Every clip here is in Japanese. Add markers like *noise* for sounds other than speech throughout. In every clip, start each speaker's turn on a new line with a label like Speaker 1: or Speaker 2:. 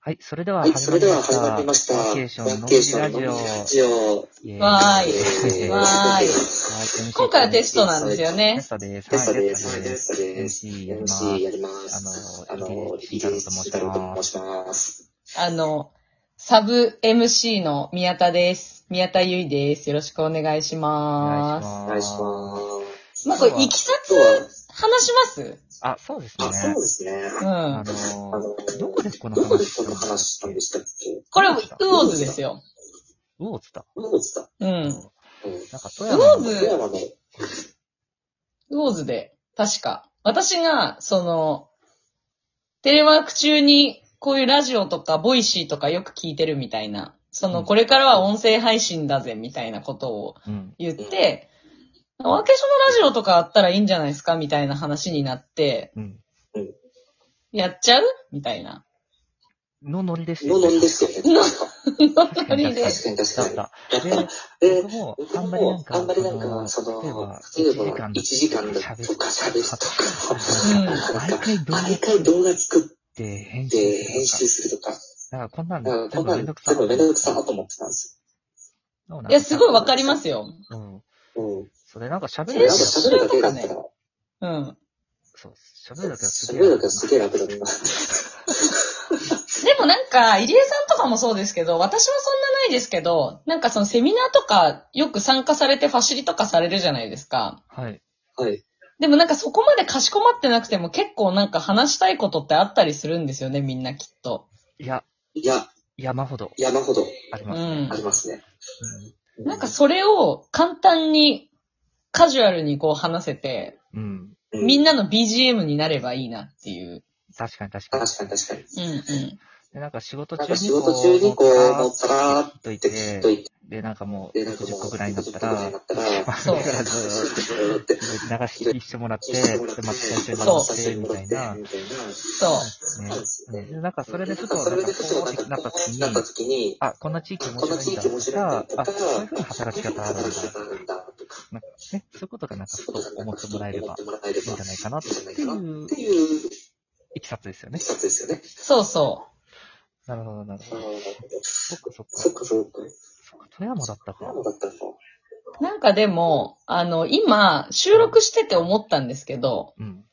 Speaker 1: はい、それでは
Speaker 2: はい、それでは始まりました。
Speaker 1: ワーケーションの
Speaker 2: ワ
Speaker 1: ん
Speaker 2: ー
Speaker 1: び
Speaker 2: ケー
Speaker 1: り
Speaker 2: ショ
Speaker 1: ラ
Speaker 2: ン
Speaker 1: ジ
Speaker 2: の
Speaker 1: オ。
Speaker 2: ジオ。
Speaker 1: イエーイ
Speaker 3: わーい
Speaker 1: イエーイ
Speaker 3: わーい
Speaker 1: はい
Speaker 3: 今回はテストなんですよ
Speaker 1: テ
Speaker 3: ね
Speaker 1: ス。トです。
Speaker 2: テストです。
Speaker 1: は
Speaker 2: はいい、テストです。
Speaker 1: MC やります
Speaker 2: MC やります。
Speaker 1: あ
Speaker 2: あ
Speaker 1: の
Speaker 2: の、
Speaker 1: リ
Speaker 2: リ
Speaker 1: リ
Speaker 2: リ
Speaker 1: ー
Speaker 2: ー
Speaker 1: ス
Speaker 2: ス
Speaker 1: シ
Speaker 2: シ
Speaker 1: タ
Speaker 2: タ
Speaker 1: ル
Speaker 2: ル
Speaker 1: と申
Speaker 2: と申
Speaker 1: し
Speaker 2: します。
Speaker 3: あの、サブ MC の宮田です。宮田ゆいです。よろしくお願いし
Speaker 1: お願
Speaker 3: ま
Speaker 1: いし
Speaker 3: す。
Speaker 2: お願いし
Speaker 1: ま
Speaker 2: ます。
Speaker 3: まあ、これ、いきさつ
Speaker 2: 今日は、
Speaker 3: 話します
Speaker 1: す。あ、そうですね
Speaker 2: あ、。そうですね。
Speaker 3: う
Speaker 1: あ
Speaker 3: ん。
Speaker 1: の、
Speaker 2: の
Speaker 1: どこでこの
Speaker 2: どこで
Speaker 1: 話
Speaker 2: この話したんでしたっけ
Speaker 3: これ、ウオーズですよ。
Speaker 1: ウォーズだ。
Speaker 2: どこでした
Speaker 3: うん。
Speaker 2: うん。
Speaker 1: なんか富山の
Speaker 3: ウォーズ
Speaker 2: 富山の、
Speaker 3: ウォーズで、確か。私が、その、テレワーク中に、こういうラジオとか、ボイシーとかよく聞いてるみたいな、その、これからは音声配信だぜ、みたいなことを
Speaker 1: うん。
Speaker 3: 言って、ワーケーションのラジオとかあったらいいんじゃないですかみたいな話になって、
Speaker 1: うん。
Speaker 3: やっちゃうみたいな。
Speaker 1: のノリでした
Speaker 2: の
Speaker 1: よ
Speaker 2: のん
Speaker 1: ね。
Speaker 2: ですよね。
Speaker 3: の
Speaker 2: 確か
Speaker 3: ノリで。
Speaker 2: 確かに確
Speaker 1: だ
Speaker 2: か
Speaker 1: っ
Speaker 2: に。
Speaker 1: た。で、
Speaker 2: やった。で、
Speaker 1: 僕も
Speaker 2: 僕
Speaker 1: あんまりなん
Speaker 2: も、
Speaker 1: か、
Speaker 2: あんまりなん
Speaker 1: あの
Speaker 2: か、その、
Speaker 1: 例えば、
Speaker 2: 例え
Speaker 1: 1時
Speaker 2: ば
Speaker 1: 間、
Speaker 2: 1時間だ
Speaker 1: 喋
Speaker 2: とか喋るとか、
Speaker 3: うん。
Speaker 1: 毎回動画
Speaker 2: 毎
Speaker 1: 作
Speaker 2: 回動画作っ
Speaker 1: って編集
Speaker 2: て編
Speaker 1: する
Speaker 2: 集するとか、
Speaker 1: とか。なんかこんなん
Speaker 2: だから
Speaker 1: 全
Speaker 2: こん
Speaker 1: 部
Speaker 2: な
Speaker 1: めん
Speaker 2: ん
Speaker 1: どくさ
Speaker 2: 全部めんどくさと思ってたんです
Speaker 1: そうなん
Speaker 3: い
Speaker 1: で
Speaker 3: や、
Speaker 1: す
Speaker 3: す
Speaker 1: よ
Speaker 3: ごいわかりますよ。
Speaker 1: うん。
Speaker 2: よ。
Speaker 1: それなんか喋
Speaker 2: う
Speaker 1: る
Speaker 2: ん。
Speaker 1: だけ
Speaker 2: なん
Speaker 1: だと、
Speaker 2: か喋るだけだったら、
Speaker 3: うん。
Speaker 1: そう、喋るだけだとすげ
Speaker 2: 喋
Speaker 1: え
Speaker 2: るだけはすげえ楽だった。
Speaker 3: でもなんか、入江さんとかもそうですけど、私はそんなないですけど、なんかそのセミナーとかよく参加されてファシリとかされるじゃないですか。
Speaker 1: はい。
Speaker 2: はい。
Speaker 3: でもなんかそこまでかしこまってなくても結構なんか話したいことってあったりするんですよね、みんなきっと。
Speaker 1: いや、
Speaker 2: いや、
Speaker 1: 山ほど
Speaker 2: 山ほど
Speaker 1: あり
Speaker 3: う
Speaker 1: ますね。
Speaker 3: ん
Speaker 2: あ。りますね。
Speaker 3: なんかそれを簡単にカジュアルにこう話せて、
Speaker 1: うん。うん。
Speaker 2: う
Speaker 3: みん、なの BGM になればいいなっていう。
Speaker 1: 確かに確かに。
Speaker 2: 確かに確かに。
Speaker 3: うんうん。
Speaker 1: で、なんか仕事
Speaker 2: な
Speaker 1: 中
Speaker 2: んか
Speaker 1: に
Speaker 2: 仕事中にこう、乗
Speaker 1: 乗っ
Speaker 2: ったらーっ
Speaker 1: っとい
Speaker 2: て聞
Speaker 1: て
Speaker 2: っと、いて、
Speaker 1: で、なんかもう
Speaker 2: で、なんか
Speaker 1: 60
Speaker 2: もう、
Speaker 1: 個ぐらいになった
Speaker 2: 60個ぐらいにな
Speaker 1: ら、
Speaker 2: ったら、 *laughs*
Speaker 1: そ
Speaker 3: そう
Speaker 1: う。からずーっと
Speaker 2: ずーっと
Speaker 1: 流し聞きしてもらって、
Speaker 2: 聞いてもらって、
Speaker 1: で、また最初に
Speaker 3: そう
Speaker 1: 戻して、みたいな。ね
Speaker 2: みたいな。
Speaker 3: そう。
Speaker 1: ねなんかそれでちょっと、
Speaker 2: そ
Speaker 1: なん
Speaker 2: れ
Speaker 1: か
Speaker 2: でちょっ
Speaker 1: こ
Speaker 2: と、なん
Speaker 1: うな
Speaker 2: か、
Speaker 1: った時
Speaker 2: こう
Speaker 1: に
Speaker 2: なっ、た時に、
Speaker 1: あ、こんな地域面
Speaker 2: この地
Speaker 1: 白
Speaker 2: 域
Speaker 1: いんだとか
Speaker 2: 面白いん、だ
Speaker 1: あ、
Speaker 2: と
Speaker 1: そ
Speaker 2: か、
Speaker 1: ういうふうな働き方あるんだと
Speaker 2: 働き
Speaker 1: か、
Speaker 2: 方あるんだとか、
Speaker 1: ね、そういうことがなんかふと思ってもらえれば
Speaker 2: 思ってもらえれ
Speaker 1: いいん
Speaker 2: ば
Speaker 1: じゃないかなっていう
Speaker 2: っていう
Speaker 1: いきさつですよね
Speaker 2: 一。冊ですよね。
Speaker 3: そうそ
Speaker 1: なるほど、なる
Speaker 2: あ
Speaker 1: ほ
Speaker 2: ー
Speaker 1: ど。そっかそっ
Speaker 2: そっ
Speaker 1: か。
Speaker 2: かそっか。
Speaker 1: そっか富山だったか
Speaker 2: 何。だったの
Speaker 3: う。なんかでも、あの、今、収録してて思ったんですけど、
Speaker 1: うん。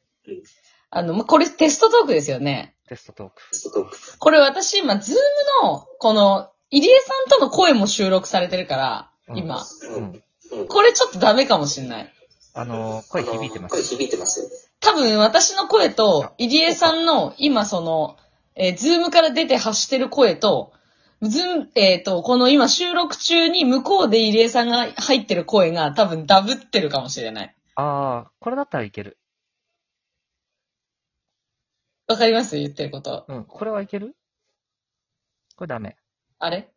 Speaker 3: あの、まあこれテストトークですよね。
Speaker 1: テストトーク。
Speaker 2: ちょっと、
Speaker 3: これ私今、ズームの、この、入江さんとの声も収録されてるから、今。
Speaker 1: う
Speaker 2: うん。
Speaker 1: ん。
Speaker 2: うん
Speaker 3: これちょっとダメかもしんない。
Speaker 1: あのー、声響いてま
Speaker 2: これ
Speaker 1: す。
Speaker 2: 響いてますよ。
Speaker 3: 多分私の声と、入江さんの今その、えーズームから出て発してる声と、ズーム、えっ、と、この今収録中に向こうで入江さんが入ってる声が多分ダブってるかもしれない。
Speaker 1: あー、これだったらいける。
Speaker 3: わかります言ってること。
Speaker 1: うん。これはいけるこれダメ。
Speaker 3: あれ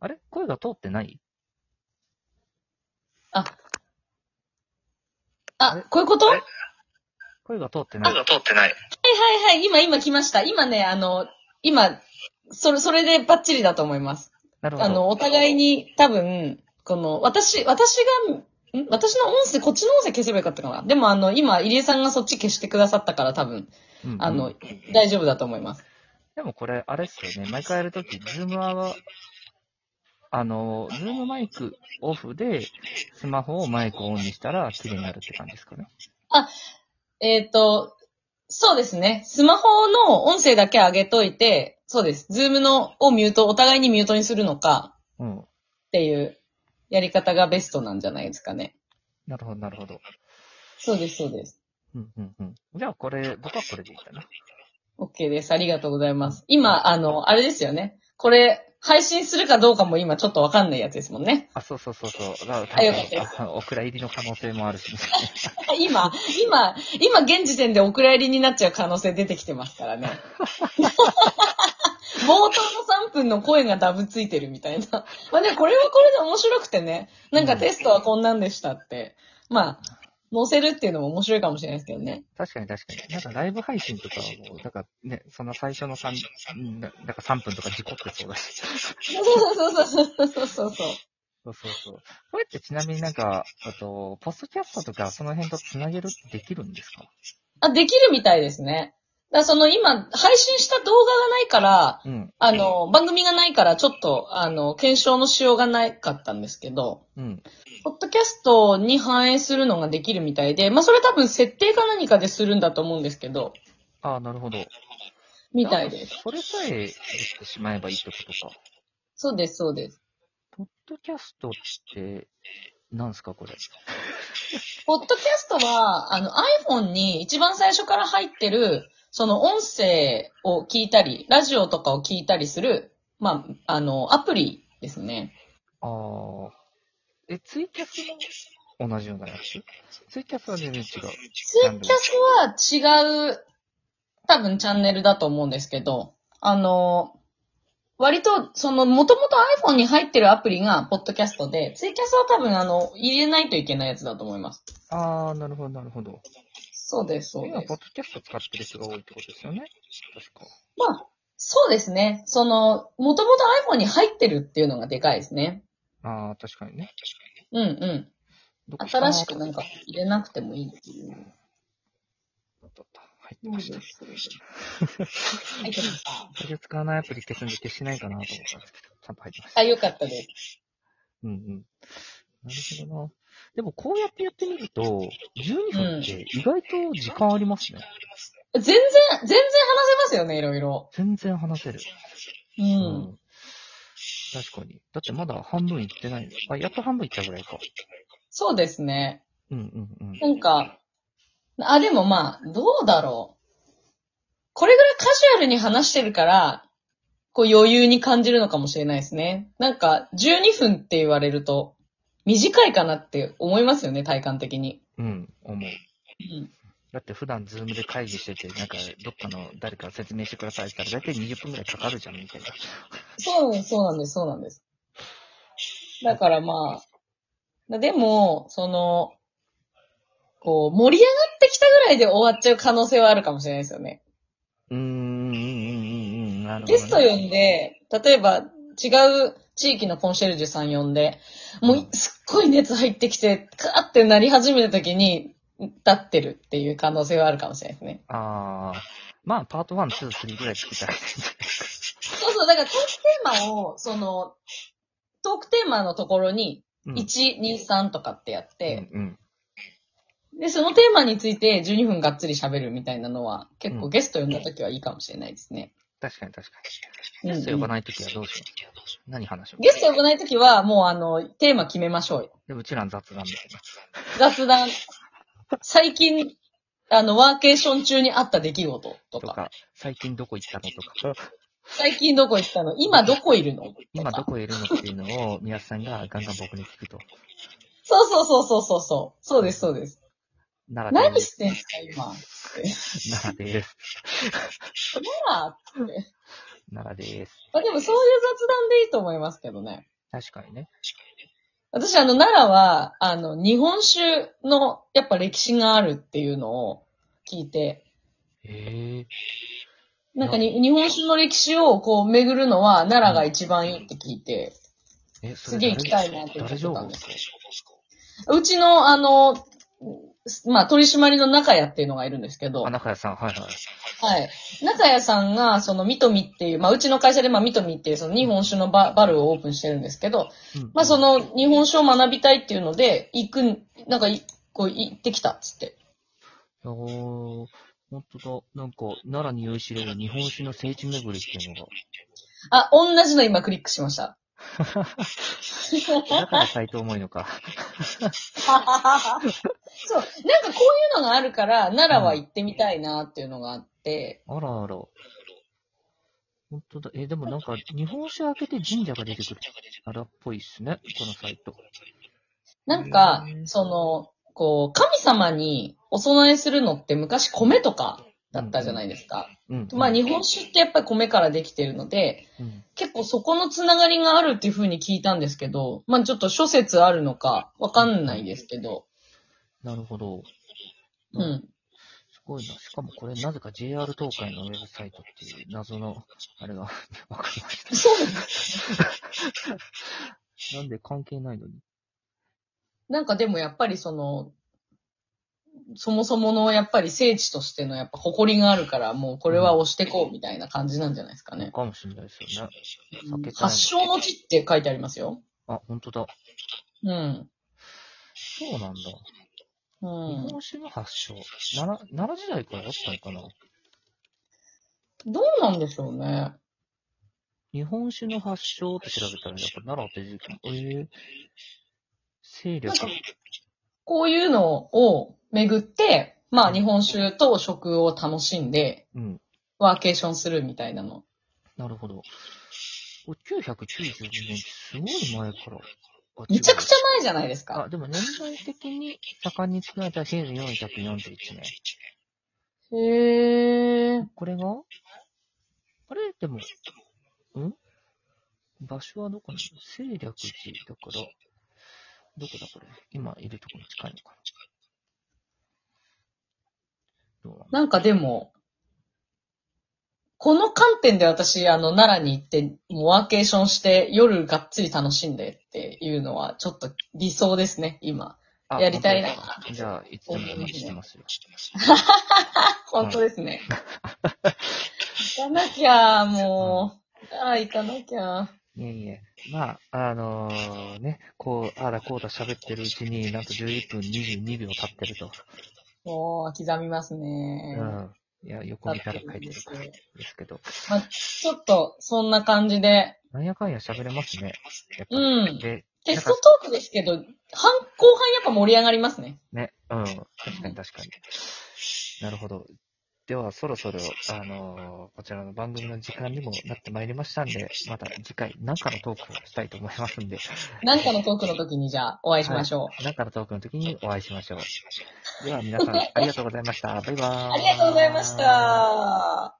Speaker 1: あれ声が通ってないあれ
Speaker 3: あ、こういうことはい
Speaker 1: 声が通ってない。
Speaker 2: 通ってない。
Speaker 3: はいはい、今今来ました。今ね、あの、今、それ、それでバッチリだと思います。
Speaker 1: なるほ
Speaker 3: あの、
Speaker 1: ど。
Speaker 3: お互いに多分、この、私、私が、ん私の音声、こっちの音声消せばよかったかな。でもあの、今、入江さんがそっち消してくださったから多分、
Speaker 1: うんうん
Speaker 3: あの、、大丈夫だと思います。
Speaker 1: でもこれ、あれっすよね。毎回やるとき、ズームは、あの、ズームマイクオフで、スマホをマイクオンにしたら、綺麗になるって感じですかね。
Speaker 3: えっ、と、そうですね。スマホの音声だけ上げといて、そうです。ズームのをミュート、お互いにミュートにするのか
Speaker 1: うん。
Speaker 3: っていうやり方がベストなんじゃないですかね。
Speaker 1: なるほど、なるほど。
Speaker 3: そうです、そうです。
Speaker 1: うん、うん、うん。じゃあ、これ、僕はこれでいいかな。
Speaker 3: OK です。ありがとうございます。今、あの、あれですよね。これ、配信するかどうかも今ちょっとわかんないやつですもんね。
Speaker 1: あ、そうそうそうそう。だ
Speaker 3: あよかったよ
Speaker 1: 多分、あオクラ入りの可能性もあるし、ね、
Speaker 3: *laughs* 今、今、今現時点でお蔵入りになっちゃう可能性出てきてますからね。 *laughs* 冒頭の3分の声がダブついてるみたいな。 *laughs* まあね、これはこれで面白くてね。なんかテストはこんなんでしたって。まあ、載せるっていうのも面白いかもしれないですけど *laughs* ね。
Speaker 1: 確かに確かに。なんかライブ配信とかはもう、なんかね、その最初の3、うんななんか3分とか事故ってそうだし。
Speaker 3: そうそうそうそうそうそ
Speaker 1: そ
Speaker 3: う。
Speaker 1: うそうそう。これってちなみになんか、あと、ポストキャストとかその辺とつなげるってできるんですか
Speaker 3: あ、できるみたいですね。だからその今、配信した動画がないから、
Speaker 1: うん、
Speaker 3: あの、番組がないから、ちょっと、あの、検証のしようがなかったんですけど、
Speaker 1: うん。
Speaker 3: ポッドキャストに反映するのができるみたいで、まあ、それ多分設定か何かでするんだと思うんですけど、
Speaker 1: ああ、なるほど。
Speaker 3: みたいです。
Speaker 1: それさえできてしまえばいいってことか。
Speaker 3: そうです、そうです。
Speaker 1: ポッドキャストって、なんすか、これ。
Speaker 3: ポッドキャストは、あの、iPhone に一番最初から入ってる、その音声を聞いたり、ラジオとかを聞いたりする、まあ、あの、アプリですね。
Speaker 1: ああ。え、ツイキャスも同じようなやつツイキャスは全然違う。
Speaker 3: ツイキャスは違う、多分チャンネルだと思うんですけど、あの、割と、その、もともと iPhone に入ってるアプリが、ポッドキャストで、ツイキャスは多分、あの、入れないといけないやつだと思います。
Speaker 1: ああ、なるほど、なるほど。
Speaker 3: そうです、そう
Speaker 1: 今、
Speaker 3: で
Speaker 1: ポッ
Speaker 3: す
Speaker 1: ド。キャスト使ってる人が多いってことですよね。確か。
Speaker 3: まあ、そうですね。その、もともと iPhone に入ってるっていうのがでかいですね。
Speaker 1: ああ、確かにね。
Speaker 3: うんうん。
Speaker 1: どっか
Speaker 3: 新しくなん
Speaker 1: か
Speaker 3: か入れなくてもいいっていう。
Speaker 1: なと思った。入ってました。
Speaker 3: 入ってました。
Speaker 1: それ使わないアプリ消すんで消しないかなと思ったんですけど、ちゃんと入ってました。
Speaker 3: あ、よかったです。
Speaker 1: うんうん。なるほどな。でもこうやってやってみると、12分って意外と時間ありますね。
Speaker 3: 全然、全然話せますよね、いろいろ。
Speaker 1: 全然話せる。
Speaker 3: う。。
Speaker 1: うん確かに。だってまだ半分いってない。あ、やっと半分いったぐらいか。
Speaker 3: そうですね。
Speaker 1: うんうんうん。
Speaker 3: なんか、あ、でもまあ、どうだろう。これぐらいカジュアルに話してるから、こう余裕に感じるのかもしれないですね。なんか、12分って言われると、短いかなって思いますよね、体感的に。
Speaker 1: うん、思う。
Speaker 3: うん
Speaker 1: だって普段ズームで会議してて、なんかどっかの誰か説明してくださいって言ったら大体20分ぐらいかかるじゃん、みたいな。
Speaker 3: そう、そうなんです、そうなんです。だからまあ、でも、その、こう、盛り上がってきたぐらいで終わっちゃう可能性はあるかもしれないですよね。
Speaker 1: うーん、うん、うん、うん、うん、なるほど、
Speaker 3: ゲスト呼ん。で、例えば違う地域のコンシェルジュさん呼んで、もうすっごい熱入ってきて、カーってなり始めた時に、立ってるっていう可能性はあるかもしれないですね。
Speaker 1: ああ。まあ、パート1、2、3ぐらい作ったらいいんじゃない
Speaker 3: そうそう、だからトークテーマを、その、トークテーマのところに、
Speaker 1: うん
Speaker 3: 1、2、3とかってやって、
Speaker 1: うんうん。
Speaker 3: で、そのテーマについて12分がっつり喋るみたいなのは、結
Speaker 1: う
Speaker 3: 構
Speaker 1: ん
Speaker 3: ゲスト呼んだ時はいいかもしれないですね。
Speaker 1: 確かに確か
Speaker 3: うん
Speaker 1: に。
Speaker 3: うん
Speaker 1: ゲスト呼ばないときはどうしよう。何話しよう。
Speaker 3: ゲスト呼ばない時は、もうあの、テーマ決めましょうよ。
Speaker 1: でうちらの雑談みたいな。
Speaker 3: 雑談。最近、あの、ワーケーション中にあった出来事と
Speaker 1: と
Speaker 3: か、
Speaker 1: か、最近どこ行ったのとか、
Speaker 3: 最近どこ行ったの今どこいるのとか
Speaker 1: 今どこいるのっていうのを宮津さんがガンガン僕に聞くと。
Speaker 3: そうそうそうそうそうそう。そうです、そうです。
Speaker 1: ならで
Speaker 3: 何
Speaker 1: ー
Speaker 3: してんすか、今。
Speaker 1: す。ならでーす。
Speaker 3: まあ、
Speaker 1: ならでーす。
Speaker 3: まあでもそういう雑談でいいと思いますけどね。
Speaker 1: 確かにね。
Speaker 3: 私、あの、奈良は、あの、日本酒の、やっぱ歴史があるっていうのを聞いて、
Speaker 1: ええ
Speaker 3: なんかに、日本酒の歴史をこう巡るのは、奈良が一番いいって聞いて、
Speaker 1: え、それ
Speaker 3: すげえ
Speaker 1: 誰
Speaker 3: 行きたいなって思
Speaker 1: 誰
Speaker 3: って
Speaker 1: 情
Speaker 3: たん
Speaker 1: 報
Speaker 3: ですうちの、あの、まあ、取締りの中屋っていうのがいるんですけど、
Speaker 1: あ、
Speaker 3: はい。
Speaker 1: 中谷さん、はいはい。
Speaker 3: 中屋さんが、その、ミトミっていう、まあ、うちの会社で、まあ、ミトミっていう、その、日本酒のババルをオープンしてるんですけど、
Speaker 1: うん
Speaker 3: まあ、そ、の、日本酒を学びたいっていうので、行くん、なんかい、こう、行ってきたっつって。
Speaker 1: おー、ほんとだ。なんか、奈良に酔いしれる日本酒の聖地巡りっていうのが。
Speaker 3: あ、同じの今クリックしました。
Speaker 1: だから斎藤思いのか。
Speaker 3: そう、なんかこういうのがあるから、奈良は行ってみたいなっていうのがあって、
Speaker 1: あらあら。本当だ。え、でもなんか、日本酒開けて神社が出てくる。あらっぽいっすね、このサイト。
Speaker 3: なんか
Speaker 1: う、ん
Speaker 3: その、こう、神様にお供えするのって昔米とかだったじゃないですか。
Speaker 1: うん。
Speaker 3: まあ日本酒ってやっぱり米からできてるので、
Speaker 1: うん。
Speaker 3: 結構そこのつながりがあるっていうふうに聞いたんですけど、まあちょっと諸説あるのかわかんないですけど、
Speaker 1: なるほど。
Speaker 3: うん。
Speaker 1: すごいな。しかもこれ、なぜか JR 東海のウェブサイトっていう謎の、あれが、わかりまし
Speaker 3: そうです。
Speaker 1: た。なんで関係ないのに。
Speaker 3: なんかでもやっぱりその、そもそものやっぱり聖地としてのやっぱ誇りがあるから、もうこれは押してこうみたいな感じなんじゃないですかね。
Speaker 1: かもしれないですよね。避けたい
Speaker 3: 発祥の地って書いてありますよ。
Speaker 1: あ、本当だ。
Speaker 3: うん。
Speaker 1: そうなんだ。
Speaker 3: う
Speaker 1: 日
Speaker 3: ん。
Speaker 1: 本酒の発祥。奈良、奈良時代からあったのかな
Speaker 3: どうなんでしょうね。
Speaker 1: 日本酒の発祥って調べたら、やっぱ奈良って出てきた。えー、勢力。
Speaker 3: こういうのを巡って、まあ日本酒と食を楽しんで、
Speaker 1: うん。
Speaker 3: ワーケーションするみたいなの。
Speaker 1: なるほど。これ992年ってすごい前から。あ
Speaker 3: めちゃくちゃ
Speaker 1: 違
Speaker 3: 前じゃないです
Speaker 1: うあ、
Speaker 3: か。
Speaker 1: でも年代的に盛んに作られた1441年。
Speaker 3: へえ。
Speaker 1: これがあれでも、ん場所はどこなの清略寺だから、どこだこれ今いるとこに近いのかなどうなの
Speaker 3: なんかでも、この観点で私、あの、奈良に行って、もうワーケーションして、夜がっつり楽しんでっていうのは、ちょっと理想ですね、今。
Speaker 1: あ
Speaker 3: やりたいな
Speaker 1: 本当ですかじゃあ、いつでもお待ちして *laughs* ますよ。
Speaker 3: 本当ですね。行かなきゃ、もう。ああ、行かなきゃ。
Speaker 1: いえいえ。まあ、あのー、ね、こう、あらこうだ喋ってるうちに、なんと11分22秒経ってると。
Speaker 3: もう、刻みます
Speaker 1: う
Speaker 3: ね。
Speaker 1: ん。いや、横見たら書いてるからですけど。
Speaker 3: ちょっと、そんな感じで。
Speaker 1: なんやかんや喋れますね。やっぱり
Speaker 3: うん。
Speaker 1: で、
Speaker 3: テストトークですけど、半、後半やっぱ盛り上がりますね。
Speaker 1: ね、うん。確かに確かに。なるほど。では、そろそろ、あのーこちらの番組の時間にもなってまいりましたんで、また次回、何かのトークをしたいと思いますんで、
Speaker 3: なんかのトークの時にじゃあ、お会いしましょう。
Speaker 1: 何かのトークの時にお会いしましょう。では、皆さん、ありがとうございました。バイバーイ。
Speaker 3: ありがとうございまし。た。